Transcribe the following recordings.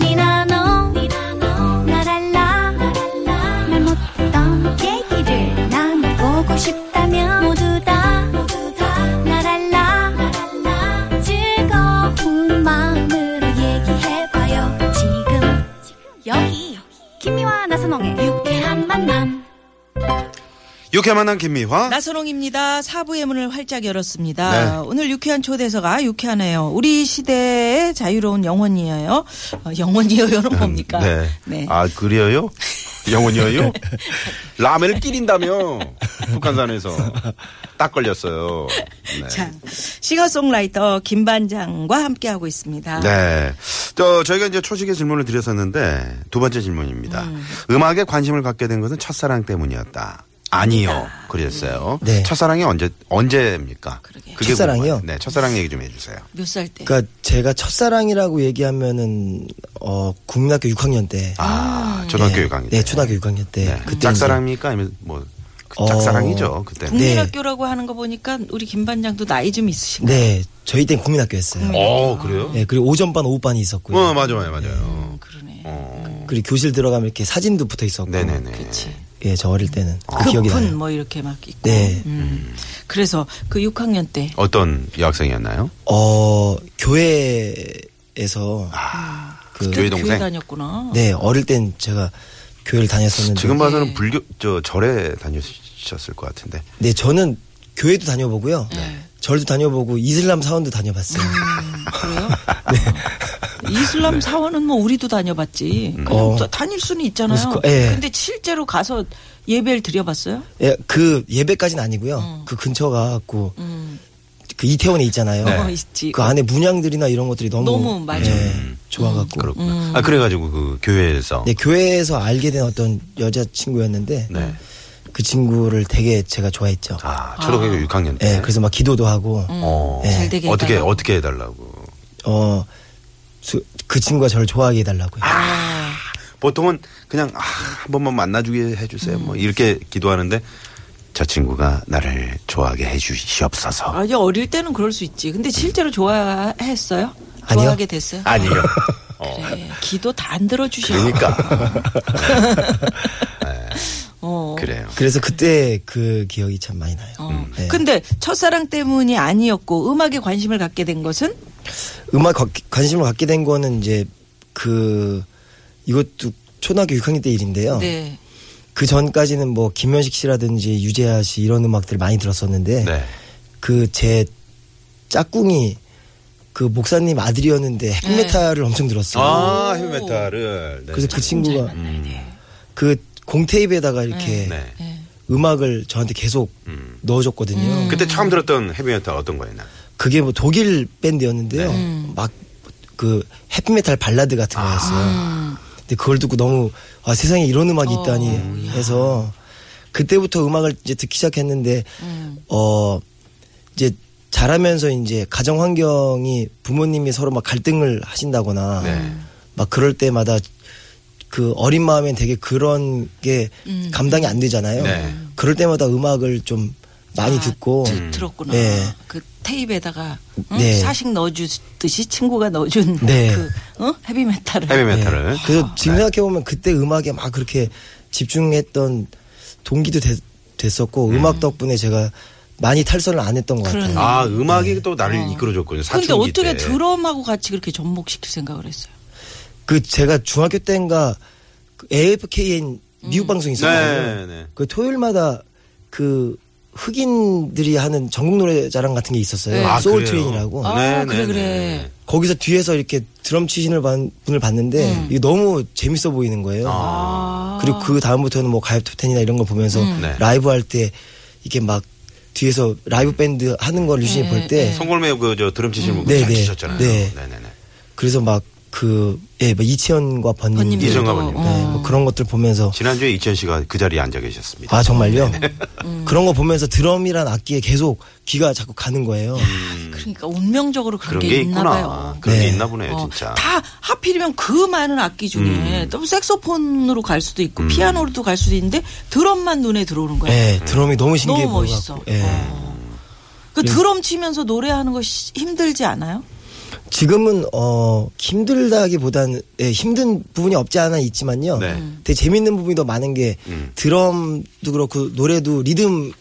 니나노 날 알라 말 못했던 얘기를 나눠보고 싶다면 모두 다 날 알라 즐거운 마음으로 얘기해봐요 지금 여기 김미와 나선홍의 유쾌한 만남 유쾌 만난 김미화. 나선홍입니다. 사부의 문을 활짝 네. 열었습니다. 오늘 유쾌한 초대서가 유쾌하네요. 우리 시대의 자유로운 영혼이에요. 어, 영혼이에요는 뭡니까? 네. 아 그래요? 영혼이요? 라면을 끼린다며 북한산에서 딱 걸렸어요. 네. 자, 싱어송라이터 김반장과 함께하고 있습니다. 네. 저, 저희가 이제 초식의 질문을 드렸었는데 두 번째 질문입니다. 음. 악에 관심을 갖게 된 것은 첫사랑 때문이었다. 아니요. 그랬어요. 네. 첫사랑이 언제, 언제입니까? 그러게요. 그게 첫사랑이요? 궁금해요. 네. 첫사랑 얘기 좀 해주세요. 몇 살 때? 그러니까 제가 첫사랑이라고 얘기하면은 어 국민학교 6학년 때. 아, 초등학교 네. 6학년. 네, 초등학교 6학년 때. 그때 짝사랑입니까? 아니면 뭐, 그 어. 짝사랑이죠. 그때. 네. 국민학교라고 하는 거 보니까 우리 김반장도 나이 좀 이제- 있으신 거 네, 저희 땐 국민학교였어요. 어, 그래요? 네, 그리고 오전반, 오후반이 있었고요. 어, 맞아요, 맞아요, 맞아요. 그러네. 어. 그리고 교실 들어가면 이렇게 사진도 붙어 있었고. 네네네. 그렇지. 예, 저 어릴 때는 그 기억이 급분 나요. 뭐 이렇게 막 있고. 네. 음. 그래서 그 6학년 때 어떤 여학생이었나요? 어, 교회에서 아. 그 교회 동생? 다녔구나. 네, 어릴 땐 제가 교회를 다녔었는데 지금 봐서는 네. 불교 저 절에 다녔었을 것 같은데. 네, 저는 교회도 다녀보고요. 네. 절도 다녀보고 이슬람 사원도 다녀봤어요. 그래요? 네. 이슬람 네. 사원은 뭐 우리도 다녀봤지. 음. 그냥 어. 다- 다닐 수는 있잖아요. 무스코- 예. 근데 실제로 가서 예배를 드려봤어요? 예, 그 예배까지는 아니고요. 그 근처가 갖고 음. 그 이태원에 있잖아요. 네. 어, 있지. 그 안에 문양들이나 이런 것들이 너무 네, 너무 맞아. 음, 좋아갖고 그렇구나. 아 그래가지고 그 교회에서. 네, 교회에서 알게 된 어떤 여자 친구였는데 네. 그 친구를 되게 제가 좋아했죠. 아 네. 초등학교 6학년 예, 때. 그래서 막 기도도 하고 음. 어. 네. 잘 되게 어떻게 해달라고. 어떻게 해달라고. 어 그 친구가 저를 좋아하게 해달라고요. 보통은 그냥 아, 한 번만 만나주게 해주세요. 뭐 이렇게 기도하는데 저 친구가 나를 좋아하게 해주시옵소서. 아니 어릴 때는 그럴 수 있지. 근데 실제로 좋아했어요? 아니요. 좋아하게 됐어요? 아니요. 어. 그래. 기도 다 안 들어주셔. 그러니까 네. 어. 그래요. 그래서 그때 그 기억이 참 많이 나요. 어. 음. 네. 근데 첫사랑 때문이 아니었고 음악에 관심을 갖게 된 것은 음악 관- 관심을 갖게 된 거는 이제 그 이것도 초등학교 6학년 때 어. 일인데요. 네. 그 전까지는 뭐 김현식 씨라든지 유재하 씨 이런 음악들을 많이 들었었는데 네. 그 제 짝꿍이 그 목사님 아들이었는데 핵메탈을 엄청 들었어요. 아 헤비메탈을. 네. 그래서 그 친구가 네. 그 공테이프에다가 이렇게 네. 음악을 저한테 계속 음. 넣어줬거든요. 그때 처음 들었던 헤비메탈 어떤 거였나? 그게 뭐 독일 밴드였는데요. 네. 막 그 해피메탈 발라드 같은 거였어요. 아. 근데 그걸 듣고 너무 아 세상에 이런 음악이 어, 있다니 해서 그때부터 음악을 이제 듣기 시작했는데 음. 어 이제 자라면서 이제 가정 환경이 부모님이 서로 막 갈등을 하신다거나 네. 막 그럴 때마다 그 어린 마음엔 되게 그런 게 감당이 안 되잖아요. 음. 네. 그럴 때마다 음악을 좀 많이 아, 듣고 음. 드- 들었구나. 네. 그 테이프에다가 응? 네. 사식 넣어주듯이 친구가 넣어준 네. 그 응? 헤비메탈을 헤비메탈을. 네. 그래서 지금 생각해보면 그때 음악에 막 그렇게 집중했던 동기도 되- 됐었고 음. 악 덕분에 제가 많이 탈선을 안 했던 것 그러네. 같아요. 아 음악이 또 나를 이끌어줬거든요. 근데 사춘기 어떻게 때. 드럼하고 같이 그렇게 접목시킬 생각을 했어요? 그 제가 중학교 때인가 그 AFKN 음. 미국 방송 네, 있었거든요. 네. 그 토요일마다 그 흑인들이 하는 전국 노래자랑 같은 게 있었어요. 네. 아, 소울 그래요? 트레인이라고. 아, 네, 그래, 네, 그래. 네. 거기서 뒤에서 이렇게 드럼 치시는 분- 분을 봤는데 음. 이게 너무 재밌어 보이는 거예요. 아. 아. 그리고 그 다음부터는 뭐 가입톱텐이나 이런 걸 보면서 네. 라이브 할 때 이게 막 뒤에서 음. 라이브 밴드 하는 걸 유심히 볼 때 어, 송골매 그저 드럼 치시는 네, 분잘 네. 치셨잖아요. 네. 네네네. 그래서 막 그 예, 뭐 이치현과 번님 번님들도. 어. 들 이정가 번님. 네, 뭐 그런 것들 보면서 지난주에 이천 씨가 그 자리에 앉아 계셨습니다. 아 정말요? 네, 그런 거 보면서 드럼이란 악기에 계속 귀가 자꾸 가는 거예요. 음. 그러니까 운명적으로 그런, 그런 게 있나 있구나. 봐요. 그런 게 네. 있나 보네요, 어, 진짜. 음. 다 하필이면 그 많은 악기 중에 또 색소폰으로 갈 수도 있고 피아노로도 갈 수도 있는데 드럼만 눈에 들어오는 거예요. 예, 드럼이 너무 네, 신기해 너무 보여갖고, 멋있어. 예. 어. 그 드럼 치면서 노래하는 거 시- 힘들지 않아요? 지금은 어 힘들다기보다는 예, 힘든 부분이 없지 않아 있지만요. 네. 음. 되게 재밌는 부분이 더 많은 게 드럼도 그렇고 노래도 음.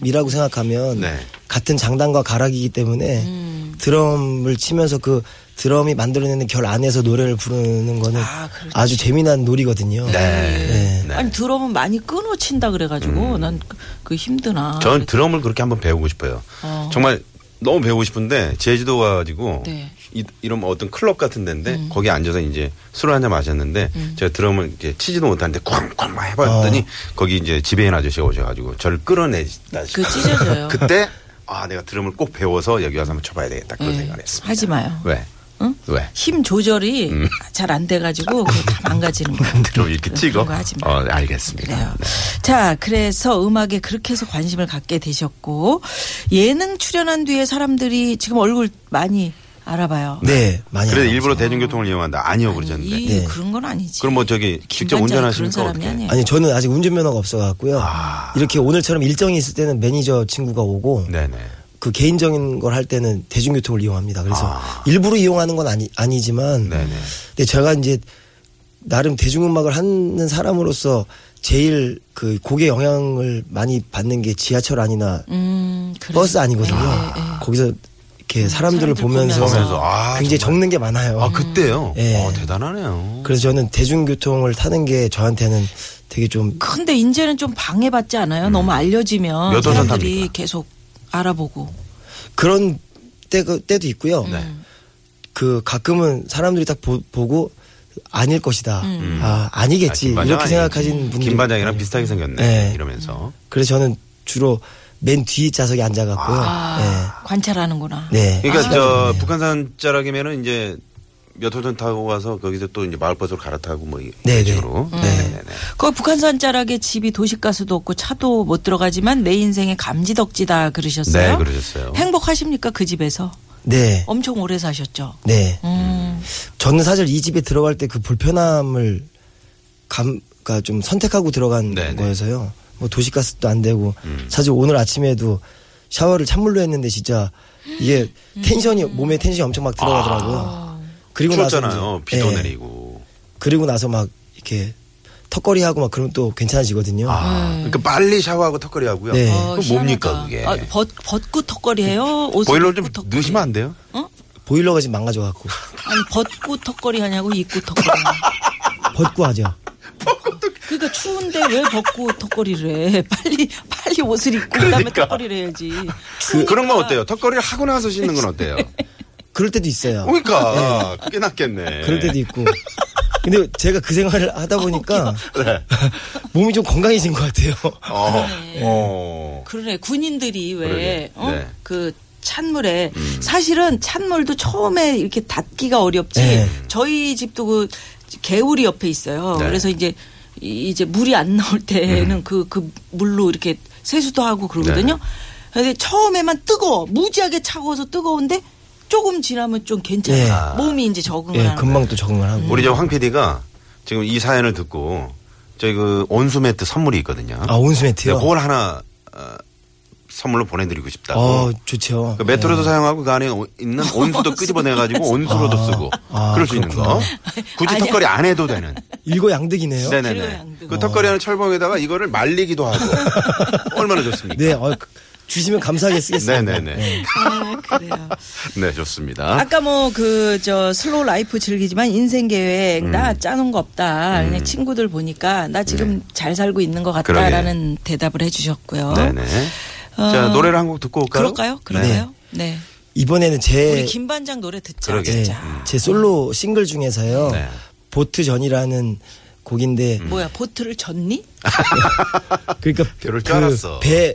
리듬이라고 생각하면 네. 같은 장단과 가락이기 때문에 음. 드럼을 치면서 그 드럼이 만들어내는 결 안에서 노래를 부르는 거는 아, 그렇지. 주 재미난 놀이거든요. 네. 네. 아니 드럼은 많이 끊어 친다 그래가지고 난 그 힘드나. 저는 드럼을 그렇게 한번 배우고 싶어요. 어. 정말 너무 배우고 싶은데 제주도 가지고 네. 음. 이, 이런 뭐 어떤 클럽 같은 데인데 거기 앉아서 이제 술을 한 잔 마셨는데 제가 드럼을 이제 치지도 못하는데 쾅쾅 막 해봤더니 거기 이제 지배인 아저씨가 오셔가지고 저를 끌어내다 그 찢어져요. 그때 아 내가 드럼을 꼭 배워서 여기 와서 한번 쳐봐야 되겠다 그런 네. 생각을 했습니다. 하지 마요. 왜? 음. 응? 왜? 힘 조절이 잘 안 돼가지고 그거 다 망가지는 거야. 드럼 이렇게 찍어? 그런 거 하지 마. 어, 네, 알겠습니다. 그래요. 네. 자, 그래서 음악에 그렇게 해서 관심을 갖게 되셨고 예능 출연한 뒤에 사람들이 지금 얼굴 많이 알아봐요. 네, 많이. 그래서 알아요. 일부러 대중교통을 이용한다. 아니요, 아니, 그러셨는데. 이 네. 그런 건 아니지. 그럼 뭐 저기 직접 운전하시면서 그런 사람이 어떻게? 아니에요. 아니 저는 아직 운전면허가 없어갖고요. 이렇게 오늘처럼 일정이 있을 때는 매니저 친구가 오고 아. 네네. 그 개인적인 걸 할 때는 대중교통을 이용합니다. 그래서 일부러 이용하는 건 아니, 아니지만 아. 네네. 근데 제가 이제 나름 대중음악을 하는 사람으로서 제일 그 곡의 영향을 많이 받는 게 지하철 안이나 음, 그래. 버스 아니거든요. 네, 네, 거기서 이렇게 음, 사람들을 사람들 보면서, 보면서. 아, 정말. 굉장히 적는 게 많아요. 아 그때요. 예. 어 대단하네요. 그래서 저는 대중교통을 타는 게 저한테는 되게 좀 근데 이제는 좀 방해받지 않아요? 너무 알려지면 음. 몇 호선 사람들이 탑니까? 계속 알아보고. 그런 때가, 때도 있고요. 네. 그 가끔은 사람들이 딱 보, 고 아닐 것이다. 아 아니겠지 음. 아, 김 이렇게 반장 아니에요. 생각하시는 분들. 예. 김 반장이랑 비슷하게 생겼네. 네. 이러면서. 그래서 저는 주로 맨 뒤 좌석에 앉아갖고요. 아, 예. 관찰하는구나. 네. 네. 그러니까 저 북한산 자락이면은 이제 몇 호선 타고 가서 거기서 또 이제 마을버스로 갈아타고 뭐 이런 네네. 식으로. 음. 네네네. 그 북한산 자락에 집이 도시가스도 없고 차도 못 들어가지만 내 인생의 감지덕지다 그러셨어요? 네, 그러셨어요. 행복하십니까 그 집에서? 네. 엄청 오래 사셨죠. 네. 음. 저는 사실 이 집에 들어갈 때 그 불편함을 감, 그니까 좀 선택하고 들어간 네네. 음. 거여서요. 뭐 도시가스도 안 되고 사실 오늘 아침에도 샤워를 찬물로 했는데 진짜 이게 텐션이 몸에 텐션이 엄청 막 들어가더라고요. 그리고 아. 추웠잖아요. 나서 이제- 비도 예. 내리고. 그리고 나서 막 이렇게 턱걸이 하고 막 그러면 또 괜찮아지거든요. 아 그러니까 빨리 샤워하고 턱걸이 하고요. 음. 네. 어, 그럼 뭡니까 희한하다. 그게? 네. 아, 벗, 벗고 턱걸이해요? 보일러 좀 넣으시면 안 돼요? 보일러가 지금 망가져갖고 아니 벗고 턱걸이 하냐고 입고 턱걸이. 하냐고. 벗고 하죠. 그러니까 추운데 왜 벗고 턱걸이를 해? 빨리 빨리 옷을 입고 그다음에 그러니까. 턱걸이를 해야지. 그, 그런 건 어때요? 턱걸이를 하고 나서 씻는 건 어때요? 그럴 때도 있어요. 그러니까 그게 낫겠네. 그럴 때도 있고. 근데 제가 그 생활을 하다 보니까 네. 몸이 좀 건강해진 것 같아요. 어. 네. 어. 그러네 군인들이 그러게. 왜 네. 음. 어 그 찬물에 사실은 찬물도 처음에 이렇게 닿기가 어렵지 네. 저희 집도 그 개울이 옆에 있어요 네. 음. 그래서 이제 이- 이제 물이 안 나올 때는 그 그 물로 이렇게 세수도 하고 그러거든요 네. 근데 처음에만 뜨거워 무지하게 차가워서 뜨거운데 조금 지나면 좀 괜찮아 네. 몸이 이제 적응을 예, 하는 금방 또 적응을 하고. 우리 저황 PD가 지금 이 사연을 듣고 저희 그 온수 매트 선물이 있거든요. 아, 온수 매트요? 네, 그걸 하나 어, 선물로 보내드리고 싶다고. 어, 좋죠. 그 매트로도 사용하고 그 안에 오- 있는 온수도 끄집어내가지고 온수로도 네. 아, 쓰고 아, 그럴 수 있는 그렇구나. 거. 굳이 아니야. 턱걸이 안 해도 되는. 예. 일거 양득이네요. 네. 네네네. 양도. 그 턱걸이 하는 철봉에다가 이거를 말리기도 하고 얼마나 좋습니까? 어, 그- 주시면 감사하게 쓰겠습니다. 네네네. 아, 그래요. 네 좋습니다. 아까 뭐 그 저 슬로우 라이프 즐기지만 인생 계획 나 음. 짜놓은 거 없다. 그냥 친구들 보니까 네. 나 지금 잘 살고 있는 것 같다라는 대답을 해주셨고요. 네네. 자 어, 노래를 한 곡 듣고 올까요? 그럴까요? 그럴까요? 네. 이번에는 우리 제, 김 반장 노래 듣자. 그러게. 예, 진짜. 제 솔로 싱글 중에서요. 네. 보트전이라는 곡인데, 음. 뭐야 보트를 졌니? 아, 그러니까 그럴 줄 알았어. 배,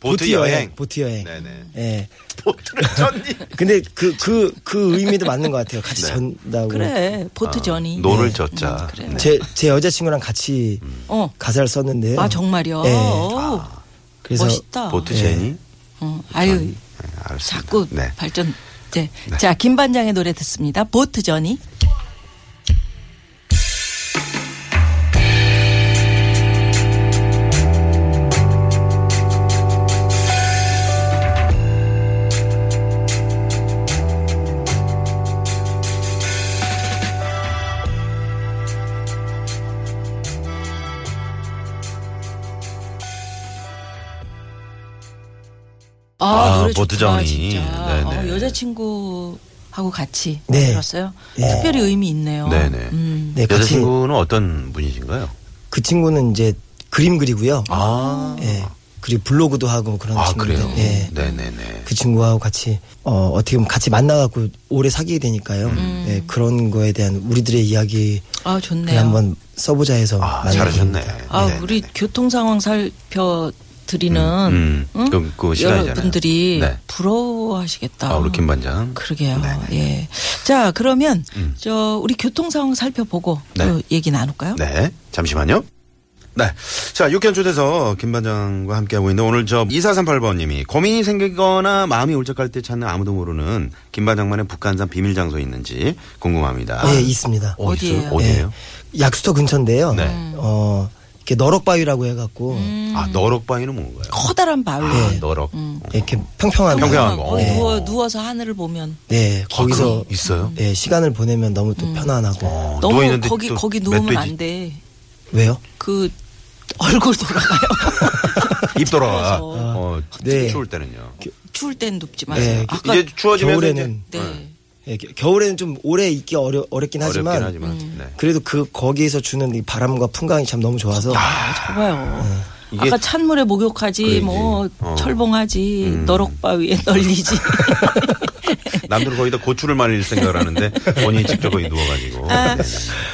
보트 여행. 보트 여행. 네네. 예. 보트를 쳤니? 근데 그, 그, 그 의미도 맞는 것 같아요. 같이 네. 전다고. 그래 보트 전이. 아, 노를 네. 젓자. 음, 그래. 네. 제, 제 여자친구랑 같이 음. 어. 가사를 썼는데요. 아 정말요. 예. 어우, 그래서 멋있다. 아, 보트 제니. 어, 아유 네, 알았습니다. 아, 자꾸 네. 발전. 네. 자, 김 반장의 노래 듣습니다. 보트 전이. 아, 노래 아, 뭐 보드 좋다, 정리. 진짜. 네네. 어, 여자친구하고 같이 네. 들었어요. 네. 특별히 의미 있네요. 네네. 음. 네, 그 친구 여자친구는 어떤 분이신가요? 그 친구는 이제 그림 그리고요. 아, 예. 그리고 블로그도 하고 그런 아 친구인데. 그래요. 예. 네네네. 그 친구하고 같이 어, 어떻게 보면 같이 만나갖고 오래 사귀게 되니까요. 음. 예, 그런 거에 대한 우리들의 이야기 아 를 좋네요. 한번 써보자 해서 아 만든 잘하셨네. 겁니다. 아 네네네. 우리 교통 상황 살펴 드리는 음, 음. 그- 그 시간이잖아요. 여러분들이 네. 부러워하시겠다. 아, 우리 김반장. 그러게요. 네네. 예. 자 그러면 음. 저 우리 교통 상황 살펴보고 네. 또 얘기 나눌까요? 네. 잠시만요. 네. 자, 육견 초대서 김반장과 함께하고 있는데 오늘 저 2438번님이 고민이 생기거나 마음이 울적할 때 찾는 아무도 모르는 김반장만의 북한산 비밀 장소 있는지 궁금합니다. 예, 있습니다. 어, 있어요? 어디예요? 어디예요? 예, 약수터 근처인데요. 네. 어, 이렇게 너럭바위라고 해갖고 아, 너럭바위는 뭔가요? 커다란 바위. 네. 아, 너럭. 이렇게 평평한 평평한 거. 거기 어. 누워 누워서 하늘을 보면 네, 거기서 그럼 있어요? 예, 시간을 보내면 너무 또 편안하고 어, 네. 너무 누워있는데 거기 또 거기 누우면 멧돼지 안 돼. 왜요? 그 얼굴 돌아가요. 입 돌아가. 차가워서. 어, 네. 추울 때는요. 추울 땐 눕지 마세요. 네, 아까 이제 추워지면 겨울에는 네. 예, 겨- 겨울에는 좀 오래 있기 어려, 어렵긴 어렵긴 하지만, 하지만, 음. 네. 그래도 그 거기에서 주는 이 바람과 풍광이 참 너무 좋아서 아, 저봐요. 이게- 아까 찬물에 목욕하지, 그러지. 뭐 어. 철봉하지, 너럭바위에 널리지. 남들은 거의 다 고추를 말릴 생각을 하는데 본인이 직접 거기 누워가지고. 아,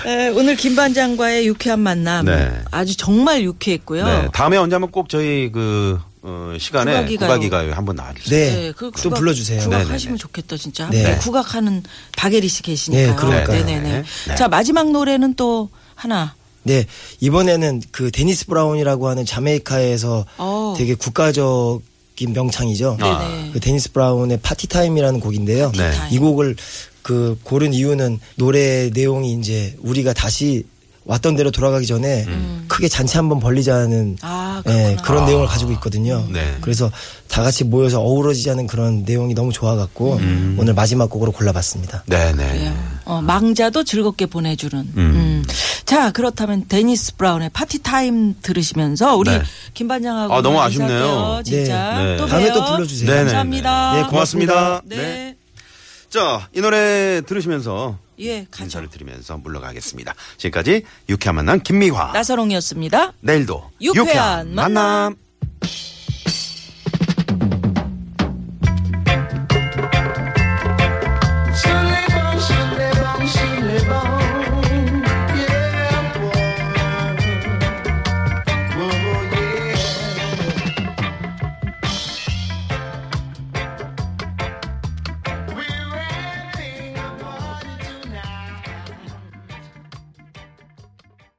네. 에, 오늘 김 반장과의 유쾌한 만남 네. 아주 정말 유쾌했고요. 네, 다음에 언제 한번 꼭 저희 그 어, 시간에 국악이 가요. 국악이 가요 한번 나와주세요. 네, 네, 그 좀 불러주세요. 국악 네네네. 하시면 좋겠다 진짜. 네. 네, 국악하는 박예리 씨 계시니까요. 네, 그러니까요. 네네네. 네. 자 마지막 노래는 또 하나. 네 이번에는 그 데니스 브라운이라고 하는 자메이카에서 어. 되게 국가적인 명창이죠. 네네. 그 데니스 브라운의 파티 타임이라는 곡인데요. 아. 네. 타임. 이 곡을 그 고른 이유는 노래 내용이 이제 우리가 다시 왔던 대로 돌아가기 전에 음. 크게 잔치 한번 벌리자는 아, 예, 그렇구나. 그런 내용을 가지고 있거든요. 네. 그래서 다 같이 모여서 어우러지자는 그런 내용이 너무 좋아갖고 음. 오늘 마지막 곡으로 골라봤습니다. 네, 네. 그래요. 어, 망자도 즐겁게 보내주는. 음. 자 그렇다면 데니스 브라운의 파티 타임 들으시면서 우리 네. 김 반장하고 아, 너무 인사할게요. 아쉽네요. 진짜 네. 네. 또 봬요. 다음에 또 불러주세요. 네네네. 감사합니다. 네, 고맙습니다. 네. 네. 자, 이 노래 들으시면서 예, 가죠. 인사를 드리면서 물러가겠습니다. 지금까지 유쾌한 만남 김미화. 나선홍이었습니다. 내일도 유쾌한 유쾌한 만남. 만남.